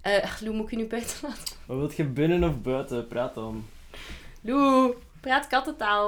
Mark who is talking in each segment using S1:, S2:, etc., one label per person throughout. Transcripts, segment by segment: S1: Eh Lou, moet ik je nu buiten laten?
S2: Wat wilt je binnen of buiten? Praat dan.
S1: Lou, praat kattentaal.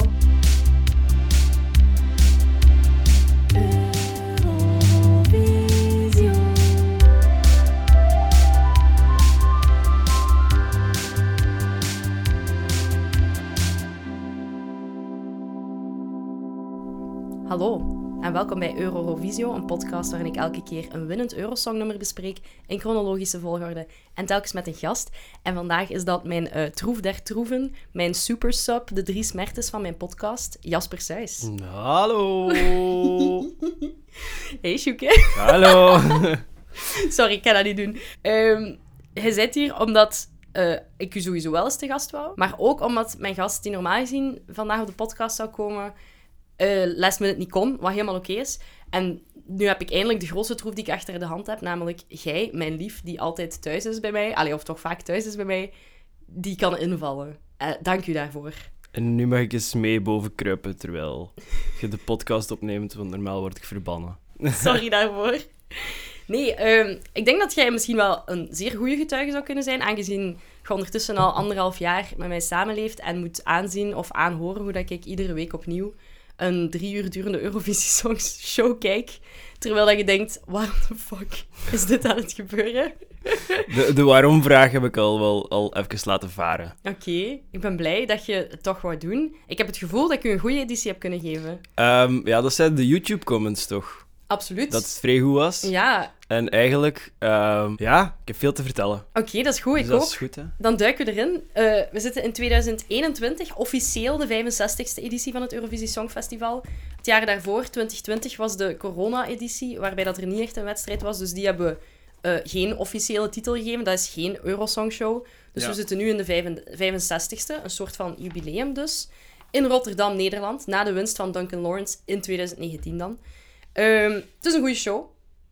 S1: Hallo en welkom bij Eurovisio, een podcast waarin ik elke keer een winnend Eurosongnummer bespreek in chronologische volgorde en telkens met een gast. En vandaag is dat mijn eh, troef der troeven, mijn supersub, de drie smertes van mijn podcast, Jasper Suis.
S2: Nou, Hallo.
S1: Hey Sjoeke.
S2: Hallo.
S1: Sorry, ik kan dat niet doen. Ehm hij zit hier omdat eh, ik u sowieso wel eens te gast wou, maar ook omdat mijn gast die normaal gezien vandaag op de podcast zou komen, eh last minute niet kon, wat helemaal oké is. En nu heb ik eindelijk de grootste troef die ik achter de hand heb, namelijk jij, mijn lief, die altijd thuis is bij mij, allee, of toch vaak thuis is bij mij, die kan invallen. Eh, dank u daarvoor.
S2: En nu mag ik eens mee boven kruipen terwijl je de podcast opneemt, want normaal word ik verbannen.
S1: Sorry daarvoor. Nee, ehm, ik denk dat jij misschien wel een zeer goede getuige zou kunnen zijn, aangezien je ondertussen al anderhalf jaar met mij samenleeft en moet aanzien of aanhoren hoe dat ik iedere week opnieuw een drie uur durende Eurovisie Songs show kijk, terwijl dat je denkt, waarom de fuck is dit aan het gebeuren?
S2: De, de waarom-vraag heb ik al wel al even laten varen.
S1: Oké, ik ben blij dat je het toch wou doen. Ik heb het gevoel dat ik je een goede editie heb kunnen geven.
S2: Ehm, ja, dat zijn de YouTube-comments toch?
S1: Absoluut.
S2: Dat het vrij goed was.
S1: Ja,
S2: En eigenlijk, ehm, ja, ik heb veel te vertellen.
S1: oké, dat is goed.
S2: Dus
S1: ik
S2: dat
S1: hoop
S2: is goed, hè?
S1: Dan duiken we erin. Eh, we zitten in 2021, officieel de 65e editie van het Eurovisie Songfestival. Het jaar daarvoor, 2020, was de corona-editie, waarbij dat er niet echt een wedstrijd was. Dus die hebben eh, geen officiële titel gegeven. Dat is geen Eurosong-show. Dus
S2: Ja.
S1: we zitten nu in de vijfen- 65e, een soort van jubileum dus. In Rotterdam, Nederland, na de winst van Duncan Lawrence in 2019 dan. Ehm, het is een goede show.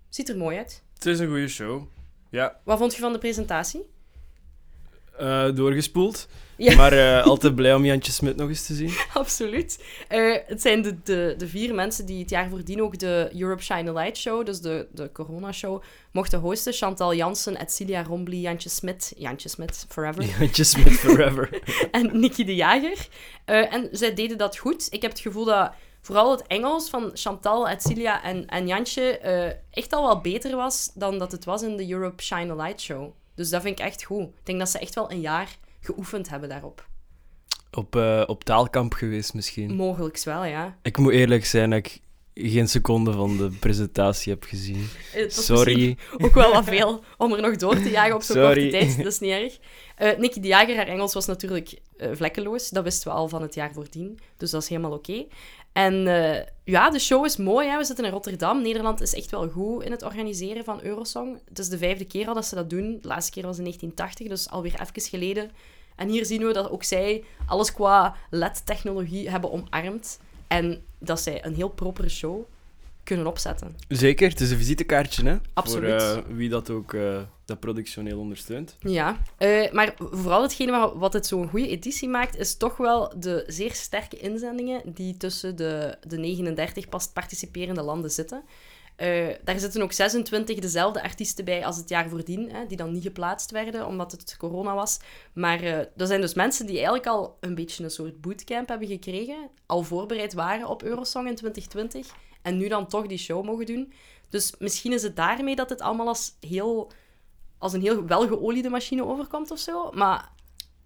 S1: Ziet er mooi uit.
S2: Het is een goede show. Ja,
S1: Wat vond je van de presentatie?
S2: Eh, doorgespoeld.
S1: Ja.
S2: Maar eh, altijd blij om Jantje Smit nog eens te zien.
S1: Absoluut. Eh, het zijn de, de, de vier mensen die het jaar voordien ook de Europe Shine a Light Show, dus de, de corona-show, mochten hosten. Chantal Jansen, Edcilia Rombly, Jantje Smit, Jantje Smit forever,
S2: Jantje Smit forever.
S1: en Nicky de Jager. Eh, en zij deden dat goed. Ik heb het gevoel dat vooral het Engels van Chantal, Edcilia en, en Jantje eh, echt al wel beter was dan dat het was in de Europe Shine a Light Show. Dus dat vind ik echt goed. Ik denk dat ze echt wel een jaar geoefend hebben daarop.
S2: Op, eh, op taalkamp geweest misschien.
S1: Mogelijks wel, ja.
S2: Ik moet eerlijk zijn dat ik geen seconde van de presentatie heb gezien.
S1: Eh, het was misschien-
S2: Sorry.
S1: ook wel wat veel om er nog door te jagen op zo'n korte
S2: Sorry.
S1: tijd. Dat is niet erg. Eh Nicky de Jager, haar Engels was natuurlijk eh, vlekkeloos. Dat wisten we al van het jaar voordien. Dus dat is helemaal oké. En eh, ja, de show is mooi. Hè? We zitten in Rotterdam. Nederland is echt wel goed in het organiseren van Eurosong. Het is de vijfde keer al dat ze dat doen. De laatste keer was in 1980, dus alweer even geleden. En hier zien we dat ook zij alles qua LED-technologie hebben omarmd. En dat zij een heel propere show kunnen opzetten.
S2: Zeker, het is een visitekaartje, hè?
S1: Absoluut.
S2: Voor eh, wie dat ook eh, dat productioneel ondersteunt.
S1: Ja, eh, maar vooral hetgene wa- wat het zo'n goede editie maakt, is toch wel de zeer sterke inzendingen die tussen de, de 39 pas participerende landen zitten. Eh, daar zitten ook 26 dezelfde artiesten bij als het jaar voordien, hè, die dan niet geplaatst werden omdat het corona was. Maar eh er zijn dus mensen die eigenlijk al een beetje een soort bootcamp hebben gekregen, al voorbereid waren op Eurosong in 2020 en nu dan toch die show mogen doen. Dus misschien is het daarmee dat het allemaal als heel als een heel welgeoliede machine overkomt of zo. Maar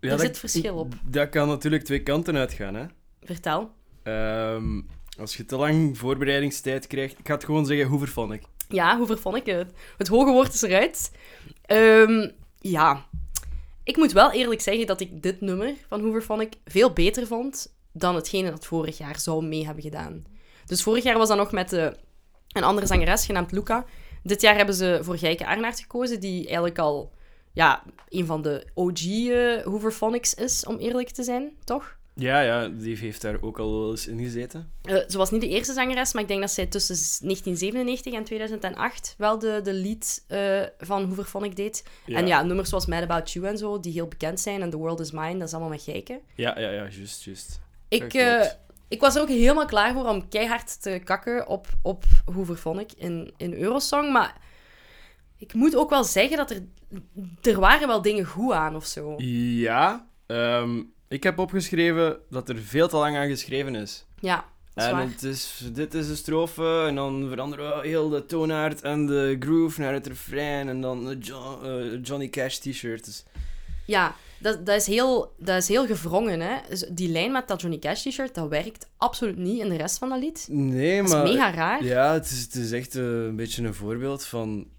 S1: Er
S2: dat-
S1: zit verschil op.
S2: Dat kan natuurlijk twee kanten uitgaan, hè?
S1: vertel.
S2: Ehm, als je te lang voorbereidingstijd krijgt, ik ga het gewoon zeggen, hoe vervon ik?
S1: Ja, hoe vervond ik het? Het hoge woord is eruit. Ehm, ja. Ik moet wel eerlijk zeggen dat ik dit nummer van Hoover vond ik veel beter vond dan hetgene dat vorig jaar zou mee hebben gedaan. Dus vorig jaar was dat nog met eh, een andere zangeres genaamd Luca. Dit jaar hebben ze voor Gijke Arnaert gekozen, die eigenlijk al ja, een van de OG eh Hoover Phonics is, om eerlijk te zijn, toch?
S2: Ja, ja, die heeft daar ook al wel eens in gezeten.
S1: Eh, ze was niet de eerste zangeres, maar ik denk dat zij tussen 1997 en 2008 wel de, de lead eh, van Hoover Phonic deed.
S2: Ja.
S1: En ja, nummers zoals Mad About You en zo, die heel bekend zijn. En The World Is Mine, dat is allemaal met geiken.
S2: Ja, ja, ja, juist, juist.
S1: Ik,
S2: Ja, klopt.
S1: eh, ik was er ook helemaal klaar voor om keihard te kakken op, op Hoover Phonic in, in Eurosong. Maar Ik moet ook wel zeggen dat er... Er waren wel dingen goed aan of zo.
S2: Ja, ehm, ik heb opgeschreven dat er veel te lang aan geschreven is.
S1: Ja, dat is
S2: En
S1: waar.
S2: het is, dit is de strofe, en dan veranderen we heel de toonaard en de groove naar het refrein, en dan de Jo- eh, Johnny Cash t-shirt. Dus
S1: Ja, dat, dat, is heel, dat is heel gevrongen, hè. Dus die lijn met dat Johnny Cash t-shirt, dat werkt absoluut niet in de rest van dat lied.
S2: Nee,
S1: Dat is
S2: maar...
S1: mega raar.
S2: Ja, het is, het is echt eh, een beetje een voorbeeld van...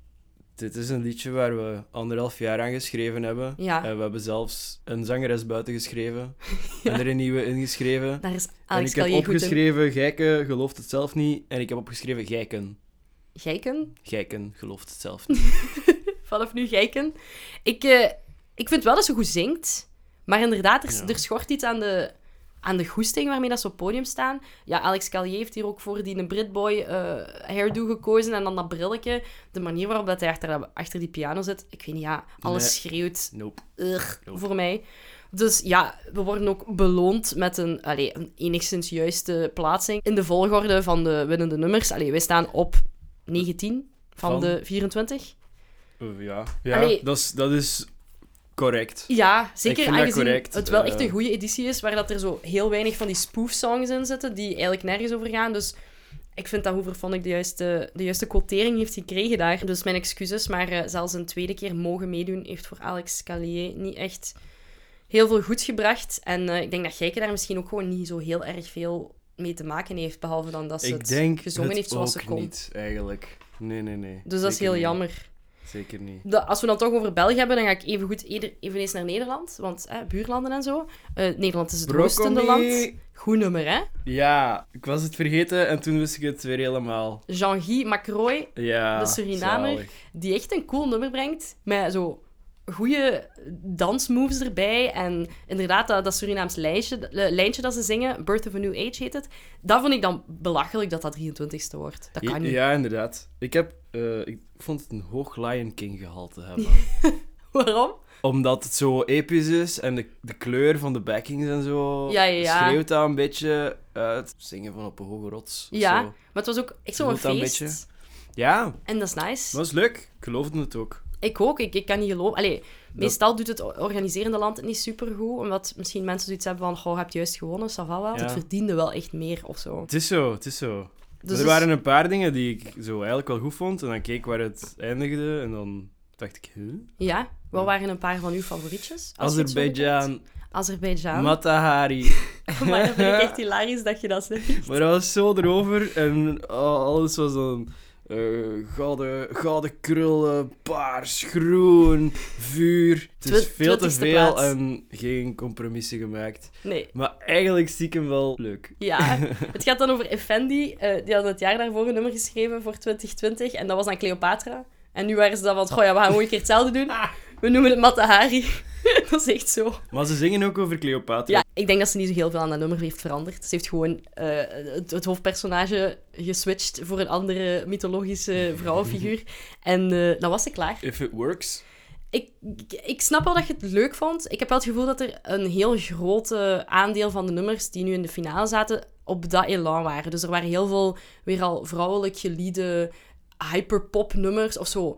S2: Dit is een liedje waar we anderhalf jaar aan geschreven hebben.
S1: Ja.
S2: En we hebben zelfs een zangeres buiten geschreven. En er een nieuwe ingeschreven.
S1: Daar is
S2: en
S1: Alex
S2: ik heb
S1: Callier goed in.
S2: opgeschreven, Gijken gelooft het zelf niet. En ik heb opgeschreven, Gijken.
S1: Geiken?
S2: Gijken gelooft het zelf niet.
S1: Vanaf nu Geiken. Ik, eh, ik vind wel dat ze goed zingt. Maar inderdaad, er,
S2: Ja.
S1: er schort iets aan de, aan de goesting waarmee dat ze op het podium staan. Ja, Alex Callier heeft hier ook voor die een Britboy eh, hairdo gekozen. En dan dat brilletje. De manier waarop dat hij achter, achter die piano zit. Ik weet niet, ja, alles
S2: Nee.
S1: schreeuwt.
S2: Nope.
S1: Ugh,
S2: Nope.
S1: voor mij. Dus ja, we worden ook beloond met een, allee, een enigszins juiste plaatsing in de volgorde van de winnende nummers. Allee, wij staan op 19 van,
S2: Van?
S1: de 24.
S2: Eh, ja, ja
S1: Allee.
S2: dat, is, dat is correct.
S1: Ja,
S2: Ik
S1: zeker
S2: vind dat
S1: aangezien
S2: correct,
S1: het wel
S2: eh.
S1: echt een goede editie is, waar dat er zo heel weinig van die spoof-songs in zitten, die eigenlijk nergens over gaan. Dus ik vind dat Hoover ik de juiste, de juiste quotering heeft gekregen daar. Dus mijn excuses, maar eh, zelfs een tweede keer mogen meedoen heeft voor Alex Callier niet echt heel veel goed gebracht. En eh, ik denk dat Gijke daar misschien ook gewoon niet zo heel erg veel mee te maken heeft, behalve dan dat ze
S2: ik
S1: het
S2: denk
S1: gezongen
S2: het
S1: heeft zoals ze
S2: ook
S1: kon.
S2: niet, eigenlijk. Nee, nee, nee.
S1: Dus dat is
S2: Zeker
S1: heel
S2: niet.
S1: jammer.
S2: Zeker niet.
S1: Da- als we dan toch over België hebben, dan ga ik even goed eder- even eens naar Nederland. Want hè, buurlanden en zo. Eh, Nederland is het roostende land.
S2: Broccoli.
S1: Goed nummer, hè?
S2: Ja, ik was het vergeten en toen wist ik het weer helemaal.
S1: Jean-Guy Macroy,
S2: Ja,
S1: De Surinamer.
S2: zalig.
S1: die echt een cool nummer brengt. Met zo goede dansmoves erbij. En inderdaad, dat, dat Surinaams lijntje, lijntje dat ze zingen, Birth of a New Age heet het. Dat vond ik dan belachelijk dat dat 23ste wordt. Dat kan
S2: Ja,
S1: niet.
S2: ja, inderdaad. Ik, heb, eh, ik vond het een hoog Lion King gehalte hebben.
S1: Waarom?
S2: Omdat het zo episch is en de, de kleur van de backings en zo
S1: Ja, ja, ja.
S2: schreeuwt dat een beetje uit. Zingen van op een hoge rots. of
S1: Ja,
S2: zo.
S1: maar het was ook echt zo'n
S2: Voelt dat een
S1: feest.
S2: beetje? Ja,
S1: En dat is nice.
S2: dat was leuk. Ik geloofde het ook.
S1: Ik ook, ik, ik kan niet geloven. Allee, meestal doet het organiserende land het niet supergoed, omdat misschien mensen zoiets hebben van, goh, je hebt juist gewonnen, ça va wel.
S2: Ja.
S1: Het verdiende wel echt meer, of zo.
S2: Het is zo, het is zo.
S1: Dus
S2: Maar
S1: het-
S2: er waren een paar dingen die ik zo eigenlijk wel goed vond. En dan keek ik waar het eindigde en dan dacht ik... Huh?
S1: dus, Ja, wat waren een paar van uw favorietjes? Als je het zo bekijkt?
S2: Azerbeidzjan,
S1: Azerbeidzjan. Maar
S2: Matahari.
S1: dat vind ik echt hilarisch dat je dat zegt.
S2: Maar dat was zo erover en al- alles was dan eh gouden, gouden krullen, paars, groen, vuur. Het is
S1: Twi-
S2: veel te
S1: twintigste
S2: veel
S1: plaats.
S2: en geen compromissen gemaakt.
S1: Nee.
S2: Maar eigenlijk stiekem wel leuk.
S1: Ja, het gaat dan over Effendi. eh, die had het jaar daarvoor een nummer geschreven voor 2020. En dat was aan Cleopatra. En nu waren ze dan van, goh ja, we gaan gewoon een keer hetzelfde doen. We noemen het Matahari. dat is echt zo.
S2: Maar ze zingen ook over Cleopatra.
S1: Ja, ik denk dat ze niet zo heel veel aan dat nummer heeft veranderd. Ze heeft gewoon eh, het, het hoofdpersonage geswitcht voor een andere mythologische vrouwenfiguur. En eh, dan was ze klaar.
S2: If it works.
S1: Ik, ik, ik snap wel dat je het leuk vond. Ik heb wel het gevoel dat er een heel groot eh, aandeel van de nummers die nu in de finale zaten op dat elan waren. Dus er waren heel veel weer al vrouwelijk geliede hyperpop nummers of zo.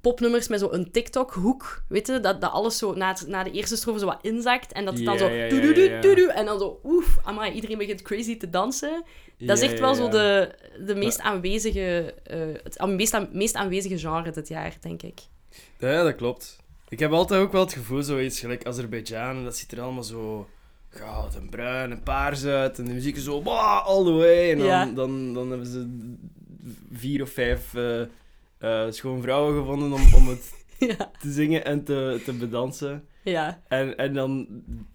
S1: Popnummers met zo'n TikTok-hoek, weet je? Dat, dat alles zo na, het- na de eerste strofe zo wat inzakt en dat het dan
S2: Ja,
S1: zo...
S2: ja, ja,
S1: doe, doe, doe,
S2: ja.
S1: doe, doe, en dan zo... Oef, amai, iedereen begint crazy te dansen. Dat
S2: Ja,
S1: is echt wel
S2: ja,
S1: zo
S2: ja.
S1: de, de meest aanwezige... eh, het aan- meest, aan- meest aanwezige genre dit jaar, denk ik.
S2: Ja, dat klopt. Ik heb altijd ook wel het gevoel, zoiets gelijk Azerbeidzjan, en dat ziet er allemaal zo goud en bruin en paars uit. En de muziek is zo "Wah, all the way. En dan,
S1: Ja.
S2: dan, dan hebben ze vier of vijf eh eh, schoonvrouwen gevonden om, om het
S1: ja,
S2: te zingen en te, te bedansen.
S1: ja.
S2: En, en dan,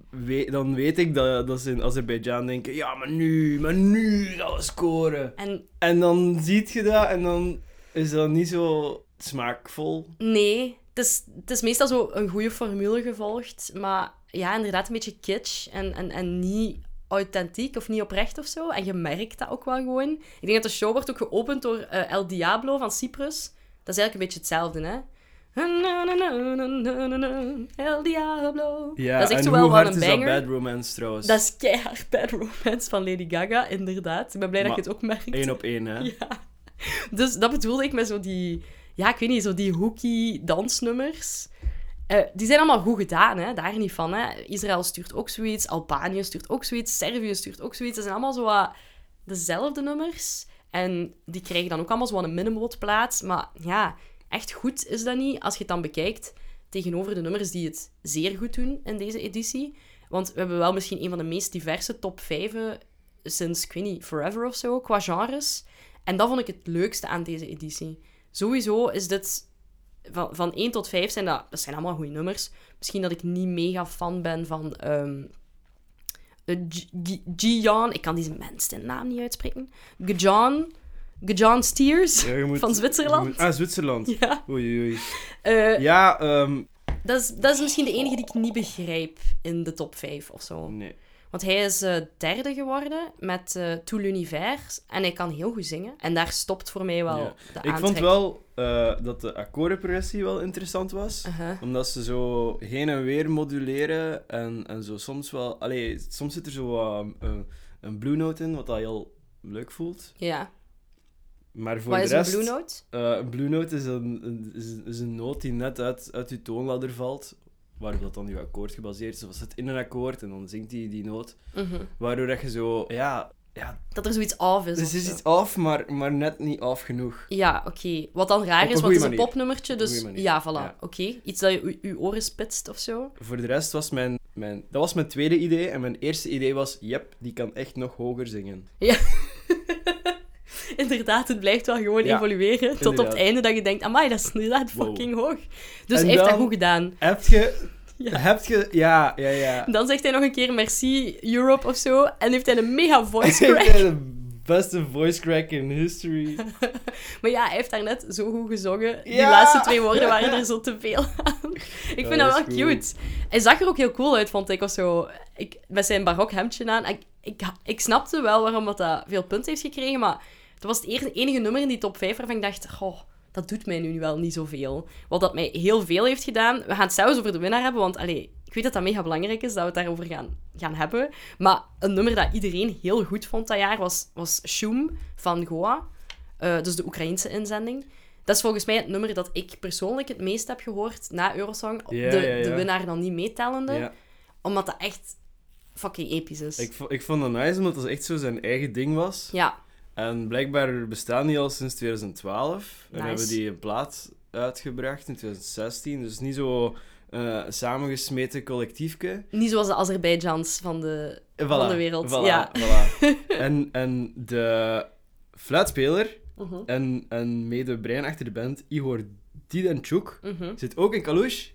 S2: weet, dan weet ik dat, dat ze in Azerbeidzjan denken, ja, maar nu, maar nu gaan we scoren.
S1: En
S2: En dan ziet je dat en dan is dat niet zo smaakvol.
S1: nee, het is, het is meestal zo een goede formule gevolgd, maar ja, inderdaad een beetje kitsch en, en, en niet authentiek of niet oprecht of zo. En je merkt dat ook wel gewoon. Ik denk dat de show wordt ook geopend door eh, El Diablo van Cyprus. Dat is eigenlijk een beetje hetzelfde, hè? El Diablo.
S2: Ja,
S1: dat is echt
S2: en
S1: zo wel
S2: hoe
S1: wel
S2: hard
S1: een
S2: is
S1: banger.
S2: dat Bad Romance trouwens?
S1: Dat is keihard Bad Romance van Lady Gaga, inderdaad. Ik ben blij dat
S2: Maar
S1: je het ook merkt.
S2: Eén op één, hè?
S1: Ja. Dus dat bedoelde ik met zo die... ja, ik weet niet, zo die hooky dansnummers. Eh, die zijn allemaal goed gedaan, hè? daar niet van. Hè? Israël stuurt ook zoiets, Albanië stuurt ook zoiets, Servië stuurt ook zoiets. Dat zijn allemaal zo wat dezelfde nummers. En die krijgen dan ook allemaal zo wat een minimumplaats. Maar ja, echt goed is dat niet als je het dan bekijkt tegenover de nummers die het zeer goed doen in deze editie. Want we hebben wel misschien een van de meest diverse top 5 sinds, ik weet niet, forever of zo, qua genres. En dat vond ik het leukste aan deze editie. Sowieso is dit... Van, van 1 tot 5 zijn dat... Dat zijn allemaal goede nummers. Misschien dat ik niet mega fan ben van... ehm eh, G- G- Gian... Ik kan deze mens zijn naam niet uitspreken. Gian... Gian Stiers.
S2: Ja, je moet-
S1: Van Zwitserland?
S2: je moet- ah, Zwitserland.
S1: Ja.
S2: Oei, oei.
S1: Eh,
S2: Ja, ehm,
S1: dat, is, dat is misschien de enige die ik niet begrijp in de top 5 of zo.
S2: nee.
S1: Want hij is eh, derde geworden met eh Tout l'univers. En hij kan heel goed zingen. En daar stopt voor mij wel
S2: Ja.
S1: de
S2: Ik vond wel eh, dat de akkoordenprogressie wel interessant was.
S1: Uh-huh.
S2: Omdat ze zo heen en weer moduleren en, en zo soms wel... Allee, soms zit er zo wat, eh, een blue note in, wat dat heel leuk voelt.
S1: Ja.
S2: Maar voor
S1: Wat
S2: de
S1: is
S2: rest...
S1: een Blue Note?
S2: Eh, een blue note is een, een- is, een- is een noot die net uit, uit je toonladder valt, waarop dat dan je akkoord gebaseerd is. Of het in een akkoord en dan zingt hij die noot.
S1: Mhm.
S2: Waardoor dat je zo, ja, ja
S1: Dat er zoiets af is.
S2: het
S1: of
S2: Dus is
S1: zo.
S2: iets af, maar, maar net niet af genoeg.
S1: Ja, oké. Wat dan raar
S2: Op
S1: is, want het is
S2: een goeie
S1: een
S2: manier.
S1: popnummertje.
S2: Op een
S1: Dus
S2: goeie manier.
S1: ja, voilà.
S2: Ja.
S1: Oké. Iets dat je u- uw oren spitst of zo.
S2: Voor de rest was mijn, mijn, dat was mijn tweede idee. En mijn eerste idee was, yep, die kan echt nog hoger zingen.
S1: Inderdaad, het blijft wel gewoon
S2: Ja,
S1: evolueren. Tot op het
S2: inderdaad.
S1: einde dat je denkt, amai, dat is inderdaad
S2: Wow.
S1: fucking hoog. Dus hij
S2: En
S1: heeft dat
S2: dan-
S1: goed gedaan.
S2: Heb je...
S1: Ja.
S2: Heb je... Ja, ja, ja.
S1: Dan zegt hij nog een keer merci, Europe of zo. En heeft hij een mega voice crack.
S2: de beste voice crack in history.
S1: Maar ja, hij heeft daar net zo goed gezongen. Die
S2: Ja!
S1: laatste twee woorden waren er zo te veel aan. Ik vind dat wel
S2: Dat is goed.
S1: cute. Hij zag er ook heel cool uit, vond ik. Of zo. Ik, met zijn barok hemdje aan. Ik, ik, ik snapte wel waarom dat, dat veel punten heeft gekregen, maar het was het eer- enige nummer in die top 5 waarvan ik dacht, goh, dat doet mij nu wel niet zoveel. Wat dat mij heel veel heeft gedaan. We gaan het zelfs over de winnaar hebben, want allee, ik weet dat dat mega belangrijk is dat we het daarover gaan, gaan hebben. Maar een nummer dat iedereen heel goed vond dat jaar was, was Shum van Goa. Eh, dus de Oekraïense inzending. Dat is volgens mij het nummer dat ik persoonlijk het meest heb gehoord na Eurosong.
S2: Ja,
S1: de,
S2: ja, ja.
S1: de winnaar dan niet meetellende.
S2: Ja.
S1: Omdat dat echt fucking episch is.
S2: Ik, vo- ik vond dat nice, omdat dat echt zo zijn eigen ding was.
S1: Ja,
S2: En blijkbaar bestaan die al sinds 2012. En
S1: Nice.
S2: hebben die een plaat uitgebracht in 2016. Dus niet zo eh, samengesmeten collectiefke.
S1: niet zoals de Azerbeidjans van de...
S2: En
S1: Van de wereld,
S2: Eh, voilà,
S1: ja.
S2: voilà. en, en de fluitspeler
S1: Mhm.
S2: en, en mede-brein achter de band, Igor Didenchuk,
S1: Mhm.
S2: zit ook in Kalush.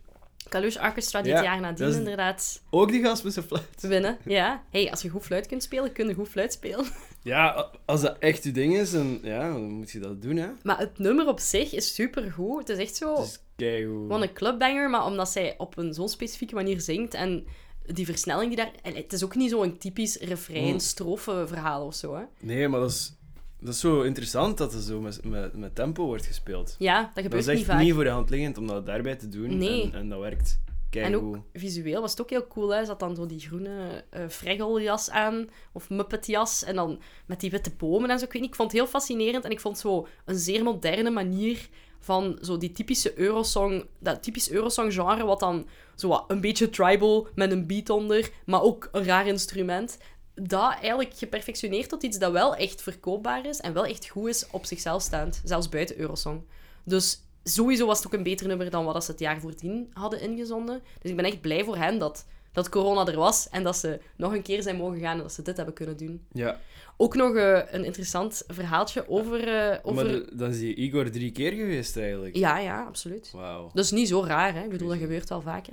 S1: Kalush Orchestra dit
S2: Ja,
S1: jaar nadien
S2: dat is-
S1: inderdaad
S2: Ook die gast met zijn fluit.
S1: winnen. Ja. hey, als je goed fluit kunt spelen, kun je goed fluit spelen.
S2: Ja, als dat echt je ding is, dan, ja, dan moet je dat doen, hè. Dus
S1: Maar het nummer op zich is supergoed. Het is echt zo...
S2: Het is keigoed.
S1: gewoon Oh. een clubbanger, maar omdat zij op een zo'n specifieke manier zingt en die versnelling die daar... en Het is ook niet zo'n typisch refrein,
S2: Mm.
S1: strofe verhaal of zo, hè.
S2: Nee, maar dat is, dat is zo interessant dat het zo met, met, met tempo wordt gespeeld.
S1: Ja, dat
S2: Dat
S1: gebeurt
S2: is echt
S1: niet vaak.
S2: niet voor de hand liggend om dat daarbij te doen.
S1: Nee.
S2: En, en dat werkt
S1: En
S2: keigoed.
S1: ook visueel was het ook heel cool. Hè. Ze had dan zo die groene eh freggeljas aan, of muppetjas, en dan met die witte bomen en zo. Ik, weet niet, ik vond het heel fascinerend en ik vond zo een zeer moderne manier van zo die typische Eurosong, dat typisch Eurosong-genre, wat dan zo wat een beetje tribal, met een beat onder, maar ook een raar instrument. Dat eigenlijk geperfectioneerd tot iets dat wel echt verkoopbaar is en wel echt goed is op zichzelf staand, zelfs buiten Eurosong. Dus sowieso was het ook een beter nummer dan wat ze het jaar voordien hadden ingezonden. Dus ik ben echt blij voor hen dat, dat corona er was en dat ze nog een keer zijn mogen gaan en dat ze dit hebben kunnen doen.
S2: Ja,
S1: Ook nog eh, een interessant verhaaltje over... eh, over...
S2: maar de- dan is die Igor drie keer geweest eigenlijk.
S1: Ja, ja, absoluut.
S2: Wauw.
S1: Dat is niet zo raar, hè? Ik bedoel, dat gebeurt wel vaker.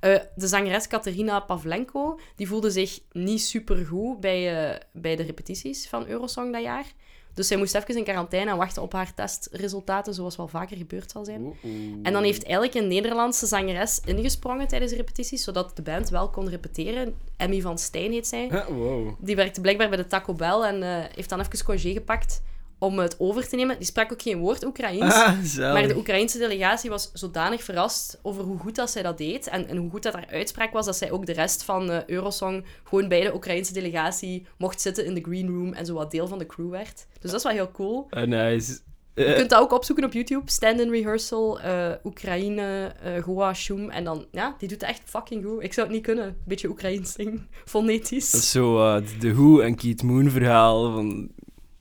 S1: Eh, de zangeres Katerina Pavlenko die voelde zich niet supergoed bij, eh, bij de repetities van Eurosong dat jaar. Dus zij moest even in quarantaine en wachten op haar testresultaten, zoals wel vaker gebeurd zal zijn.
S2: Oeh, oeh.
S1: En dan heeft eigenlijk een Nederlandse zangeres ingesprongen tijdens de repetities, zodat de band wel kon repeteren. Emmy van Stijn heet zij.
S2: Huh, wow.
S1: Die werkte blijkbaar bij de Taco Bell en eh, heeft dan even congé gepakt om het over te nemen. Die sprak ook geen woord Oekraïens.
S2: Ah, zelf.
S1: Maar de Oekraïnse delegatie was zodanig verrast over hoe goed dat zij dat deed en, en hoe goed dat haar uitspraak was, dat zij ook de rest van eh, Eurosong gewoon bij de Oekraïnse delegatie mocht zitten in de green room en zo wat deel van de crew werd. Dus dat is wel heel cool.
S2: Ah, nice.
S1: Je
S2: Eh,
S1: kunt dat ook opzoeken op YouTube. Stand-in rehearsal, eh, Oekraïne, eh Goa, Shum. En dan, ja, die doet het echt fucking goed. Ik zou het niet kunnen. Beetje Oekraïens zingen. Fonetisch.
S2: dat is zo eh, de Who en Keith Moon verhaal van...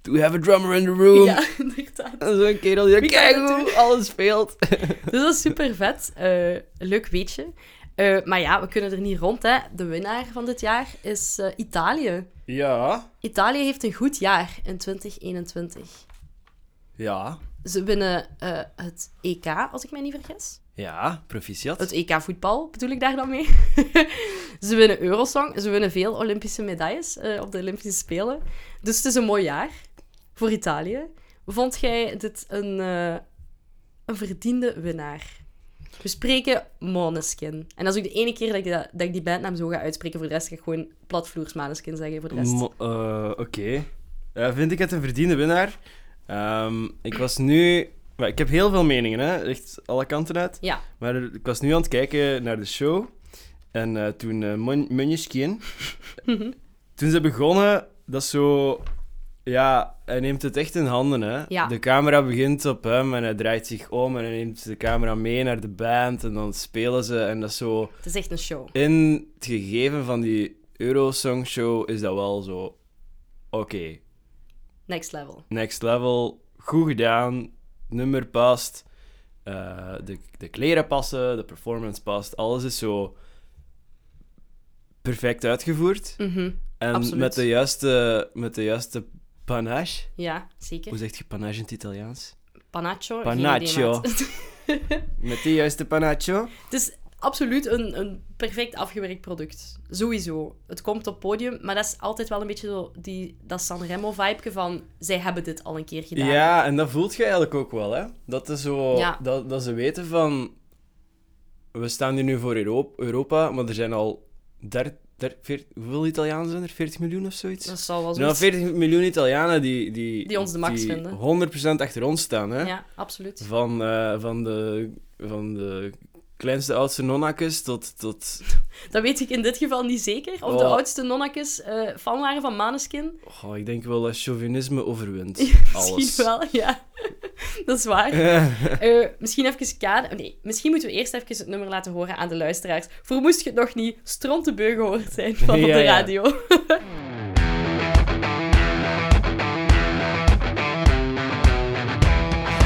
S2: Do we have a drummer in the room?
S1: Ja, inderdaad.
S2: En zo'n kerel die dan,
S1: Wie kan
S2: kijk
S1: dat
S2: hoe alles speelt.
S1: Dus dat is super vet. Eh, leuk weetje. Eh, maar ja, we kunnen er niet rond, hè. De winnaar van dit jaar is eh, Italië.
S2: Ja.
S1: Italië heeft een goed jaar in 2021.
S2: Ja.
S1: Ze winnen eh, het EK, als ik mij niet vergis.
S2: Ja, proficiat.
S1: Het EK voetbal bedoel ik daar dan mee. ze winnen Eurosong, ze winnen veel Olympische medailles eh, op de Olympische Spelen. Dus het is een mooi jaar voor Italië. Vond jij dit een, eh, een verdiende winnaar? We spreken Måneskin. En dat is ook de ene keer dat ik, dat, dat ik die bandnaam zo ga uitspreken. Voor de rest ga ik gewoon platvloers Måneskin zeggen. Voor de rest.
S2: Mo- eh, Oké. Eh, vind ik het een verdiende winnaar? Ehm, ik was nu... maar ik heb heel veel meningen, hè. Echt alle kanten uit.
S1: Ja.
S2: Maar er- ik was nu aan het kijken naar de show. En eh, toen eh Mon- Måneskin- toen ze begonnen, dat is zo... Ja, hij neemt het echt in handen, hè.
S1: Ja.
S2: De camera begint op hem en hij draait zich om en hij neemt de camera mee naar de band. En dan spelen ze en dat is zo...
S1: het is echt een show.
S2: In het gegeven van die Eurosong Show is dat wel zo... Oké,
S1: Next level.
S2: next level, goed gedaan, nummer past, eh, de, de kleren passen, de performance past, alles is zo perfect uitgevoerd.
S1: Mhm.
S2: En
S1: absoluut.
S2: met de juiste, met de juiste panache.
S1: Ja, zeker.
S2: Hoe zeg je panache in het Italiaans?
S1: Panaccio. geen
S2: Panaccio.
S1: idee, maat.
S2: Met die juiste panacho.
S1: Het is absoluut een, een perfect afgewerkt product. Sowieso. Het komt op podium, maar dat is altijd wel een beetje zo die, dat Sanremo-vibe van zij hebben dit al een keer gedaan.
S2: Ja, en dat voelt je eigenlijk ook wel, hè? Dat, is zo,
S1: Ja.
S2: dat, dat ze weten van... We staan hier nu voor Euro- Europa, maar er zijn al... Der, der, veert- hoeveel Italianen zijn er? 40 miljoen of zoiets?
S1: Dat zal wel
S2: Er zijn al
S1: zo
S2: 40 miljoen Italianen die... Die,
S1: Die ons de max
S2: die
S1: vinden.
S2: 100% achter ons staan, hè?
S1: Ja, absoluut.
S2: Van, eh, van, de, van de kleinste oudste nonnakes tot... tot
S1: Dat weet ik in dit geval niet zeker. Of de
S2: Oh.
S1: oudste nonnakjes eh, fan waren van Maneskin.
S2: oh, ik denk wel dat chauvinisme overwint. Alles.
S1: Misschien wel, ja. dat is waar. Eh, misschien even kader... Nee, misschien moeten we eerst even het nummer laten horen aan de luisteraars. Voor moest je het nog niet stront te beu gehoord zijn van op
S2: Ja,
S1: de
S2: ja.
S1: radio.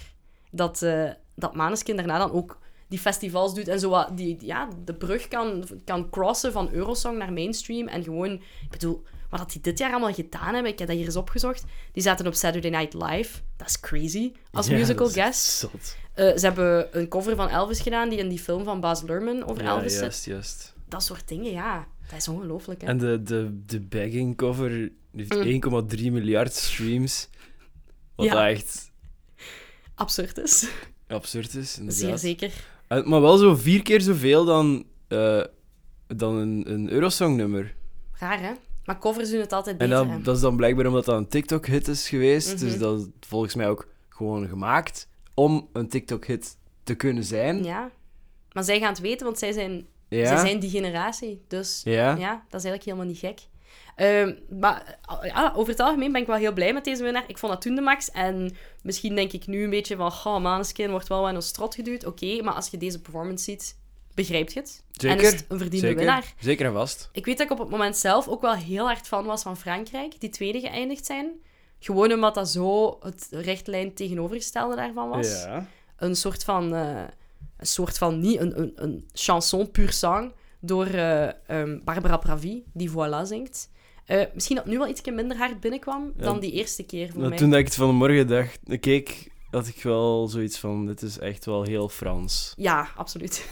S1: dat, eh dat Maneskin daarna dan ook die festivals doet en zo wat die, ja, de brug kan, kan crossen van Eurosong naar mainstream. En gewoon, ik bedoel, wat dat die dit jaar allemaal gedaan hebben, ik heb dat hier eens opgezocht. Die zaten op Saturday Night Live. Dat is crazy. Als
S2: Ja,
S1: musical
S2: dat is echt
S1: guest.
S2: Zot.
S1: Eh, ze hebben een cover van Elvis gedaan, die in die film van Baz Luhrmann over
S2: Ja,
S1: Elvis zit.
S2: juist, juist.
S1: Dat soort dingen, ja. Dat is ongelooflijk, hè?
S2: En de, de, de bagging cover heeft
S1: Mm.
S2: 1,3 miljard streams. Wat
S1: Ja.
S2: echt
S1: Absurd is.
S2: absurd is, inderdaad.
S1: Zeer zeker.
S2: Eh, Maar wel zo vier keer zoveel dan, eh, dan een, een Eurosong-nummer.
S1: Raar, hè? Maar covers doen het altijd
S2: En
S1: beter, hè?
S2: dat, dat is dan blijkbaar omdat dat een TikTok-hit is geweest. Dus
S1: Mhm.
S2: dat is volgens mij ook gewoon gemaakt om een TikTok-hit te kunnen zijn.
S1: Ja. Maar zij gaan het weten, want zij zijn,
S2: Ja.
S1: zij zijn die generatie. Dus
S2: Ja.
S1: ja, dat is eigenlijk helemaal niet gek. Ehm, maar eh, ja, over het algemeen ben ik wel heel blij met deze winnaar. Ik vond dat toen de max. En misschien denk ik nu een beetje van... Goh, Maneskin wordt wel aan een strot geduwd. Oké, maar als je deze performance ziet, begrijp je het. En is het een verdiende
S2: Zeker.
S1: winnaar.
S2: Zeker en vast.
S1: Ik weet dat ik op het moment zelf ook wel heel hard fan was van Frankrijk, die tweede geëindigd zijn. Gewoon omdat dat zo het rechtlijn tegenovergestelde daarvan was. Een soort van, eh, een soort van niet een, een, een chanson pur sang door eh, ehm, Barbara Pravi, die Voilà zingt. Eh, misschien dat nu wel iets minder hard binnenkwam
S2: Ja.
S1: dan die eerste keer voor
S2: Maar
S1: mij.
S2: Toen dat ik het vanmorgen dacht, keek, had ik wel zoiets van: dit is echt wel heel Frans.
S1: Ja, absoluut.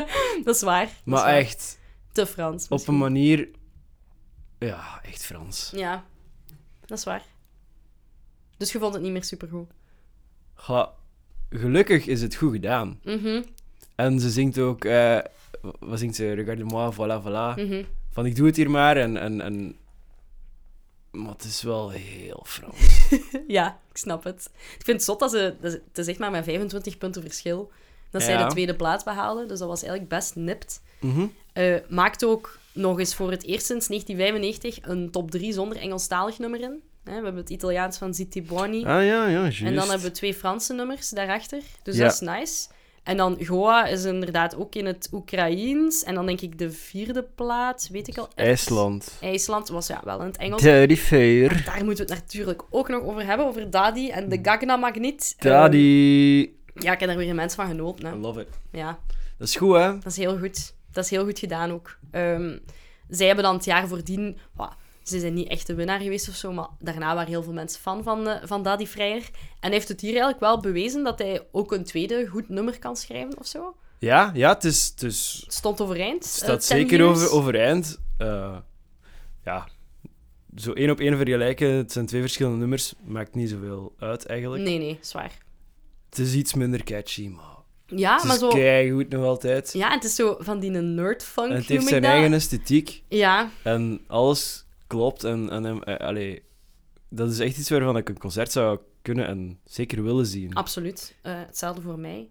S1: dat is waar. dat is
S2: Maar
S1: waar.
S2: echt,
S1: Te Frans.
S2: op een
S1: misschien.
S2: manier. Ja, echt Frans.
S1: Ja, dat is waar. Dus je vond het niet meer supergoed.
S2: Ga, gelukkig is het goed gedaan.
S1: Mhm,
S2: En ze zingt ook, eh, wat zingt ze? Regarde-moi, voilà, voilà.
S1: mhm.
S2: Van ik doe het hier maar en. en, en... Maar het is wel heel Frans.
S1: Ja, ik snap het. Ik vind het zot dat ze... dat ze- Het is echt maar met 25 punten verschil dat zij
S2: Ja.
S1: de tweede plaats behaalden. Dus dat was eigenlijk best nipt.
S2: Mhm.
S1: Eh, maakt ook nog eens voor het eerst sinds 1995 een top 3 zonder Engelstalig nummer in. Hè, we hebben het Italiaans van Zitti Buoni.
S2: Ah ja, ja, juist.
S1: en dan hebben we twee Franse nummers daarachter. Dus
S2: Ja.
S1: dat is nice. En dan Goa is inderdaad ook in het Oekraïens. En dan denk ik de vierde plaats, weet ik al. echt.
S2: IJsland.
S1: IJsland was ja wel in het Engels.
S2: Terrifier.
S1: Daar moeten we het natuurlijk ook nog over hebben, over Dadi en de Gagna Magnet.
S2: Daddy.
S1: Ehm, ja, ik heb daar weer immens van genoten.
S2: I
S1: Hè.
S2: love it.
S1: Ja,
S2: Dat is goed, hè?
S1: dat is heel goed. Dat is heel goed gedaan ook. Ehm, zij hebben dan het jaar voordien... wa, ze zijn niet echt de winnaar geweest of zo, maar daarna waren heel veel mensen fan van, eh, van Dadi Vrijer. En hij heeft het hier eigenlijk wel bewezen dat hij ook een tweede goed nummer kan schrijven of zo.
S2: Ja, ja het, is, het, is,
S1: Het stond overeind.
S2: het
S1: eh,
S2: staat
S1: 10
S2: zeker
S1: years.
S2: over, overeind. Eh, ja, zo één op één vergelijken, het zijn twee verschillende nummers, maakt niet zoveel uit eigenlijk.
S1: Nee, nee, zwaar.
S2: Het is iets minder catchy, maar
S1: Ja,
S2: het
S1: Ah, maar
S2: is
S1: zo...
S2: keigoed nog altijd.
S1: Ja, het is zo van die nerdfunk,
S2: En het
S1: noem
S2: heeft
S1: ik
S2: zijn
S1: dat.
S2: eigen esthetiek
S1: Ja,
S2: en alles klopt. En, en hem- eh, allee, dat is echt iets waarvan ik een concert zou kunnen en zeker willen zien.
S1: absoluut. Eh, hetzelfde voor mij.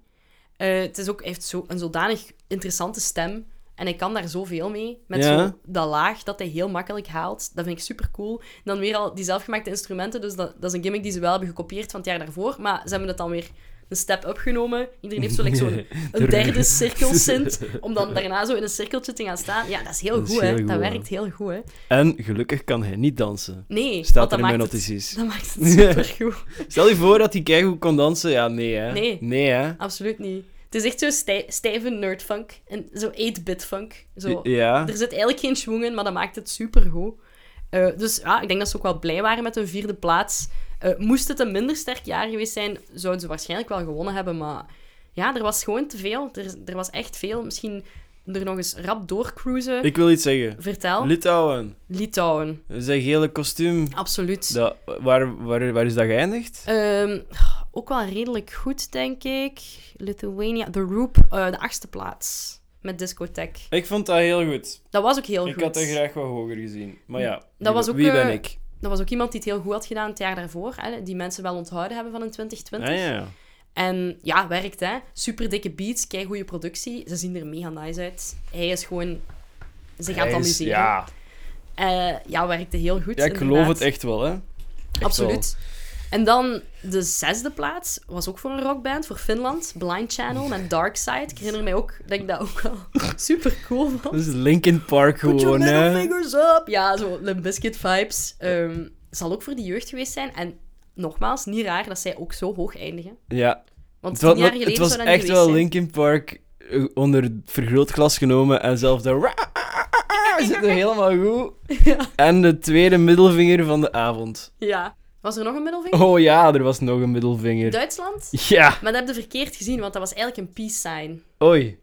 S1: Eh, het is ook, hij heeft zo, een zodanig interessante stem. En hij kan daar zoveel mee. Met
S2: Ja.
S1: zo dat laag dat hij heel makkelijk haalt. Dat vind ik super cool. Dan weer al die zelfgemaakte instrumenten. Dus dat, dat is een gimmick die ze wel hebben gekopieerd van het jaar daarvoor. Maar ze hebben het dan weer een step up genomen. Iedereen heeft zo like, zo'n een derde cirkelsint. Om dan daarna zo in een cirkeltje te gaan staan. Ja, dat is heel
S2: Dat is
S1: goed, hè?
S2: heel
S1: dat
S2: goed, hè.
S1: werkt heel goed, hè?
S2: En gelukkig kan hij niet dansen.
S1: Nee, want
S2: Staat
S1: dat
S2: er in mijn
S1: maakt het-
S2: notities.
S1: Dat maakt het supergoed.
S2: Stel je voor dat hij keigoed kon dansen. Ja, nee hè.
S1: Nee. Ah,
S2: hè.
S1: Absoluut niet. Het is echt zo stij- stijve nerdfunk. En zo 8-bit funk. Zo.
S2: Ja.
S1: Er zit eigenlijk geen schwung in, maar dat maakt het supergoed. Eh dus ja, ik denk dat ze ook wel blij waren met hun vierde plaats. Eh, moest het een minder sterk jaar geweest zijn, zouden ze waarschijnlijk wel gewonnen hebben. Maar ja, er was gewoon te veel. Er, er was echt veel. Misschien er nog eens rap doorcruisen.
S2: Ik wil iets zeggen.
S1: Vertel.
S2: Litouwen.
S1: Litouwen.
S2: Zijn gele
S1: Ah,
S2: kostuum.
S1: Absoluut.
S2: Dat, waar, waar, waar is dat geëindigd?
S1: Ehm, ook wel redelijk goed, denk ik. Lithuania, The Roop, eh, de achtste plaats. Met discotheek.
S2: Ik vond dat heel goed.
S1: Dat was ook heel
S2: ik
S1: goed.
S2: had dat graag wat hoger gezien. Maar ja,
S1: Dat
S2: wie,
S1: was ook,
S2: wie ben
S1: eh,
S2: ik?
S1: Dat was ook iemand die het heel goed had gedaan het jaar daarvoor. Hè, die mensen wel onthouden hebben van in 2020.
S2: Ah, ja.
S1: En ja, werkt hè. Super dikke beats, kei goede productie. Ze zien er mega nice uit. Hij is gewoon. Ze gaat
S2: Hij is-
S1: amuseren.
S2: Ja,
S1: Eh, ja, werkte heel goed.
S2: ja ik geloof
S1: inderdaad.
S2: het echt wel, hè. Echt
S1: Absoluut. En dan de zesde plaats was ook voor een rockband, voor Finland. Blind Channel met Dark Side. Ik herinner mij ook dat ik dat ook wel super cool
S2: wel.
S1: vond.
S2: Dat is Linkin Park
S1: Put your
S2: gewoon,
S1: middle
S2: hè.
S1: fingers up! Ja, zo Limp Bizkit vibes. Ehm, zal ook voor de jeugd geweest zijn. En nogmaals, niet raar dat zij ook zo hoog eindigen.
S2: Ja,
S1: Want tien
S2: het was,
S1: jaar
S2: het
S1: geleden
S2: was
S1: zou dat niet
S2: echt
S1: geweest
S2: wel
S1: zijn.
S2: Linkin Park eh, onder het vergrootglas genomen en zelf daar... Zit er helemaal goed.
S1: Ja.
S2: En de tweede middelvinger van de avond.
S1: Ja. Was er nog een middelvinger?
S2: Oh ja, er was nog een middelvinger.
S1: Duitsland?
S2: Ja,
S1: Maar dat heb je verkeerd gezien, want dat was eigenlijk een peace sign.
S2: oei.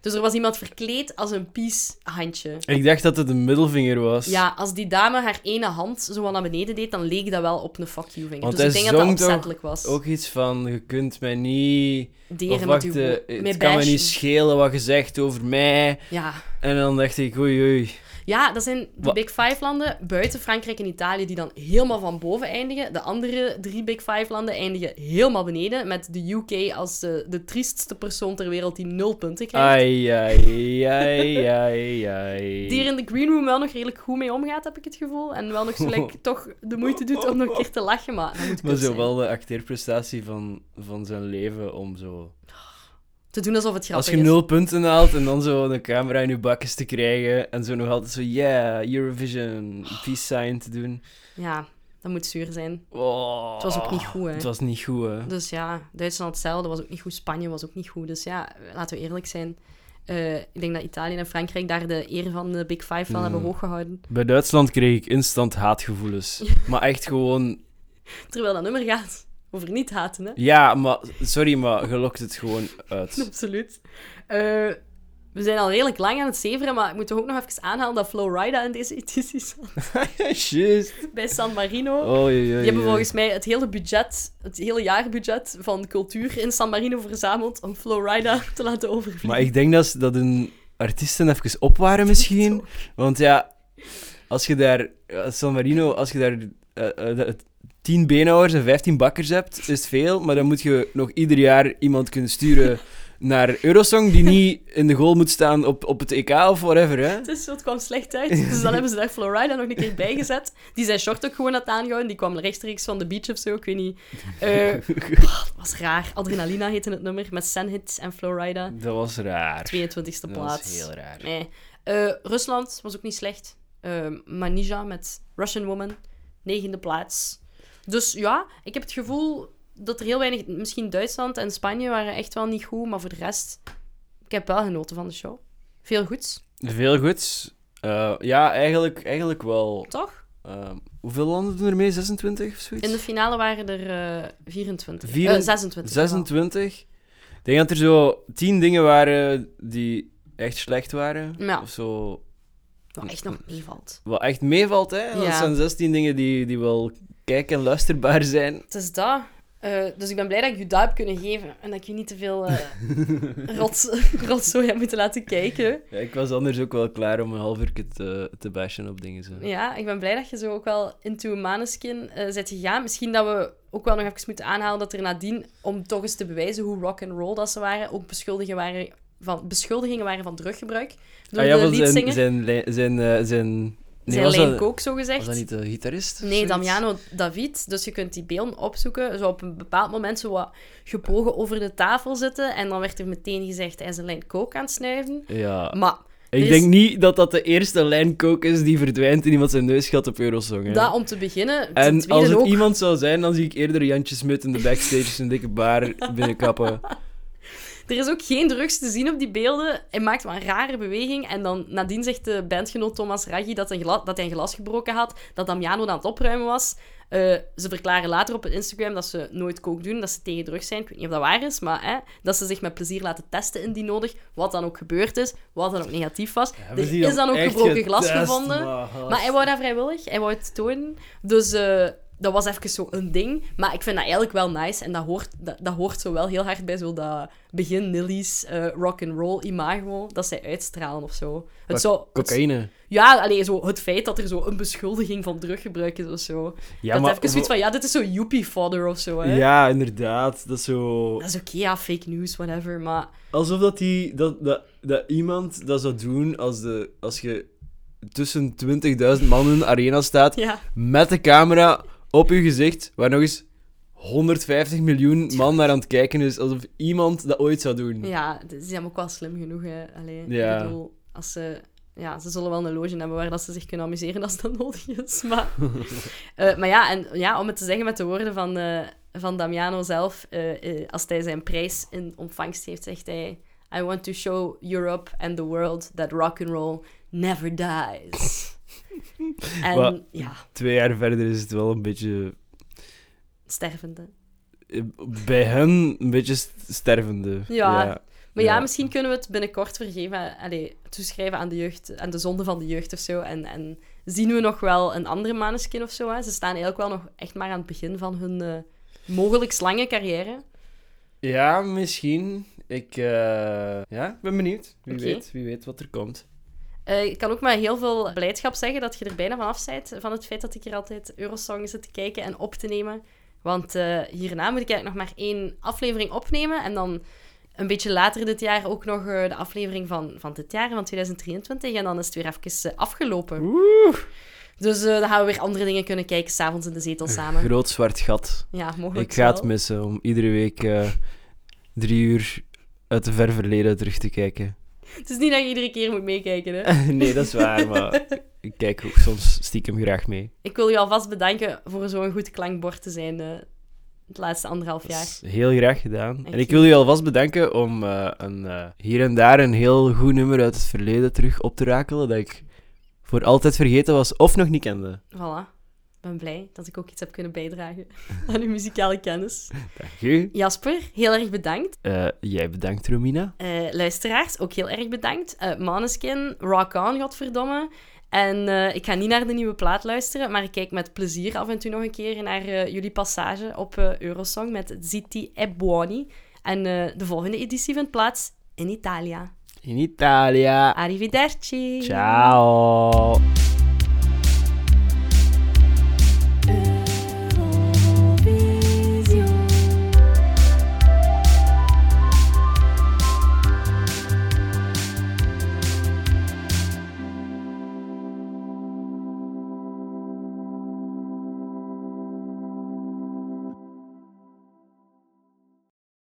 S1: Dus er was iemand verkleed als een peace handje.
S2: Ik dacht dat het een middelvinger was.
S1: Ja, als die dame haar ene hand zo wat naar beneden deed, dan leek dat wel op een fuck you vinger.
S2: Want
S1: Dus ik
S2: hij
S1: denk dat dat
S2: zong toch
S1: opzettelijk was.
S2: Ook iets van, je kunt mij niet...
S1: Deren
S2: Of wacht,
S1: met
S2: eh,
S1: uw
S2: het
S1: met
S2: kan me
S1: bashen.
S2: niet schelen wat je zegt over mij.
S1: Ja.
S2: En dan dacht ik, oei oei.
S1: ja, dat zijn de
S2: Wa-
S1: Big Five landen buiten Frankrijk en Italië die dan helemaal van boven eindigen. De andere drie Big Five landen eindigen helemaal beneden. Met de UK als de, de triestste persoon ter wereld die nul punten krijgt.
S2: Ai, ai, ai, ai, ai.
S1: Die er in de green room wel nog redelijk goed mee omgaat, heb ik het gevoel. En wel nog zo, like, toch de moeite doet om nog een keer te lachen. Maar dat moet
S2: Maar
S1: kut
S2: zo
S1: zijn.
S2: wel de acteerprestatie van, van zijn leven om zo...
S1: Te doen alsof het grappig
S2: Als je
S1: is.
S2: nul punten haalt en dan zo de camera in je bakjes te krijgen en zo nog altijd zo, yeah, Eurovision, peace sign te doen.
S1: Ja, dat moet zuur zijn.
S2: Oh.
S1: Het was ook niet goed, hè.
S2: Het was niet goed, hè.
S1: Dus ja, Duitsland hetzelfde was ook niet goed, Spanje was ook niet goed. Dus ja, laten we eerlijk zijn. Eh, ik denk dat Italië en Frankrijk daar de eer van de Big Five wel
S2: Mm.
S1: hebben hooggehouden.
S2: Bij Duitsland kreeg ik instant haatgevoelens. maar echt gewoon...
S1: Terwijl dat nummer gaat over niet haten, hè?
S2: Ja, maar... Sorry, maar je lokt het gewoon uit.
S1: Absoluut. Eh, we zijn al redelijk lang aan het zeveren, maar ik moet toch ook nog even aanhalen dat Flowrida in deze editie zat.
S2: Juist.
S1: Bij San Marino.
S2: Oh, jee,
S1: Die hebben volgens mij het hele budget, het hele jaarbudget van cultuur in San Marino verzameld om Flowrida te laten overvliegen.
S2: Maar ik denk dat, ze- dat hun artiesten even op waren misschien. Want ja, als je daar... eh, San Marino, als je daar eh, eh, de- tien beenhouwers en 15 bakkers hebt, is het veel. Maar dan moet je nog ieder jaar iemand kunnen sturen naar Eurosong, die niet in de goal moet staan op, op het EK of whatever, hè.
S1: Dus het kwam slecht uit. Dus dan hebben ze daar Florida nog een keer bij gezet. Die zijn short ook gewoon had aangehouden. Die kwam rechtstreeks van de beach of zo, ik weet niet. Eh, oh, dat was raar. Adrenalina heette het nummer, met Senhit en Florida.
S2: Dat was raar.
S1: 22e
S2: Dat was
S1: plaats.
S2: heel raar.
S1: Nee. Eh, Rusland was ook niet slecht. Eh, Manija met Russian Woman, negende plaats. Dus ja, ik heb het gevoel dat er heel weinig... Misschien Duitsland en Spanje waren echt wel niet goed, maar voor de rest... Ik heb wel genoten van de show. Veel goeds,
S2: Veel goeds. Eh, ja, eigenlijk, eigenlijk wel.
S1: toch?
S2: Ehm, hoeveel landen doen er mee? 26 of zoiets?
S1: In de finale waren er eh, 24.
S2: Vieren-
S1: Eh, 26.
S2: 26. Ik denk dat er zo tien dingen waren die echt slecht waren.
S1: Ja.
S2: Of zo.
S1: Wat echt nog meevalt.
S2: Wat echt meevalt, hè? want
S1: Ja.
S2: Het zijn 16 dingen die, die wel kijk- en luisterbaar zijn.
S1: Het is dat. Eh, dus ik ben blij dat ik je dat heb kunnen geven en dat ik je niet te veel eh rots, rotzooi heb moeten laten kijken.
S2: Ja, ik was anders ook wel klaar om een half uur te, te bashen op dingen. Zo.
S1: Ja, ik ben blij dat je zo ook wel into Maneskin eh bent gegaan. Misschien dat we ook wel nog even moeten aanhalen dat er nadien, om toch eens te bewijzen hoe rock and roll dat ze waren, ook beschuldigen waren van, beschuldigingen waren van druggebruik. Door
S2: Ah ja,
S1: de
S2: want zijn,
S1: liedzanger,
S2: zijn,
S1: zijn,
S2: lijn- zijn, eh, zijn, nee, was,
S1: Lijn
S2: dat,
S1: Kook, zogezegd.
S2: was dat niet de gitarist? of
S1: Nee,
S2: zoiets?
S1: Damiano David. Dus je kunt die beelden opzoeken. Zo op een bepaald moment zo wat gebogen over de tafel zitten. En dan werd er meteen gezegd, hij is een lijn kook aan het snuiven.
S2: Ja,
S1: Maar
S2: ik
S1: is-
S2: denk niet dat dat de eerste lijn kook is die verdwijnt en iemand zijn neus gaat op Eurosong. Hè.
S1: dat om te beginnen. Ten
S2: en als
S1: tweede
S2: het
S1: ook.
S2: iemand zou zijn, dan zie ik eerder Jantje Smit in de backstage een dikke baar binnenkappen.
S1: Er is ook geen drugs te zien op die beelden. Hij maakt maar een rare beweging. En dan nadien zegt de bandgenoot Thomas Raggi dat, een gla- dat hij een glas gebroken had. Dat Damiano aan het opruimen was. Eh, ze verklaren later op het Instagram dat ze nooit kook doen, dat ze tegen drugs zijn. Ik weet niet of dat waar is, maar hè, dat ze zich met plezier laten testen indien nodig. Wat dan ook gebeurd is, wat dan ook negatief was. er is dan ook gebroken glas gevonden. Maar hij wou dat vrijwillig, hij wou het tonen. Dus eh, dat was even zo een ding. Maar ik vind dat eigenlijk wel nice. En dat hoort, dat, dat hoort zo wel heel hard bij zo dat begin Nilly's eh, rock rock'n'roll imago. Dat zij uitstralen of zo. Het zou, het-
S2: Cocaïne.
S1: ja, alleen zo het feit dat er zo een beschuldiging van druggebruik is of zo.
S2: Ja,
S1: dat
S2: maar-
S1: maar, even zoiets van, ja, dit is zo joepie fodder of zo. Hè?
S2: Ja, inderdaad. Dat is zo...
S1: Dat is oké, ja, fake news, whatever. Maar
S2: Alsof dat, die, dat, dat, dat iemand dat zou doen als, de, als je tussen 20.000 man in een arena staat
S1: ja,
S2: met de camera op je gezicht, waar nog eens 150 miljoen man naar aan het kijken is. Alsof iemand dat ooit zou doen.
S1: ja ze zijn ook wel slim genoeg. Hè? Allee,
S2: Ja.
S1: Ik bedoel, als ze, ja, ze zullen wel een loge hebben waar dat ze zich kunnen amuseren als dat nodig is. Maar, Eh, maar ja, en, ja, om het te zeggen met de woorden van, eh, van Damiano zelf, eh, eh, als hij zijn prijs in ontvangst heeft, zegt hij... I want to show Europe and the world that rock and roll never dies. en
S2: Wat?
S1: ja,
S2: Twee jaar verder is het wel een beetje...
S1: stervende.
S2: eh, Bij hen een beetje st- stervende.
S1: Ja. Maar ja,
S2: Ja.
S1: misschien kunnen we het binnenkort vergeven, allee, toeschrijven aan de jeugd, aan de zonde van de jeugd of zo. En, en zien we nog wel een andere maneskin of zo. Hè? Ze staan eigenlijk wel nog echt maar aan het begin van hun eh, mogelijk lange carrière.
S2: Ja, misschien. Ik eh, ja, ik ben benieuwd. Wie,
S1: Oké.
S2: weet, wie weet wat er komt.
S1: Eh, ik kan ook met heel veel blijdschap zeggen dat je er bijna van af bent van het feit dat ik hier altijd Eurosong zit te kijken en op te nemen. Want eh, hierna moet ik eigenlijk nog maar één aflevering opnemen. En dan een beetje later dit jaar ook nog eh, de aflevering van, van dit jaar, van 2023. En dan is het weer even eh, afgelopen. Dus eh, dan gaan we weer andere dingen kunnen kijken, s'avonds in de zetel samen.
S2: Groot zwart gat.
S1: Ja, mogelijk
S2: Ik ga het
S1: wel.
S2: missen om iedere week eh, drie uur uit het ver verleden terug te kijken.
S1: Het is niet dat je iedere keer moet meekijken, hè.
S2: nee, dat is waar, maar ik kijk ook soms stiekem graag mee.
S1: Ik wil je alvast bedanken voor zo'n goed klankbord te zijn eh, het laatste anderhalf
S2: Dat
S1: jaar.
S2: is heel graag gedaan.
S1: Dank
S2: En ik
S1: je.
S2: wil u alvast bedanken om eh, een, eh, hier en daar een heel goed nummer uit het verleden terug op te rakelen dat ik voor altijd vergeten was of nog niet kende.
S1: Voilà. Ik ben blij dat ik ook iets heb kunnen bijdragen aan uw muzikale kennis.
S2: Dank u.
S1: Jasper, heel erg bedankt.
S2: Eh, jij bedankt, Romina.
S1: Eh, luisteraars, ook heel erg bedankt. Eh Maneskin, rock on, godverdomme. En eh, ik ga niet naar de nieuwe plaat luisteren, maar ik kijk met plezier af en toe nog een keer naar eh, jullie passage op eh, Eurosong met Ziti e Buoni. En eh, de volgende editie vindt plaats in Italië.
S2: In Italia.
S1: Arrivederci!
S2: Ciao.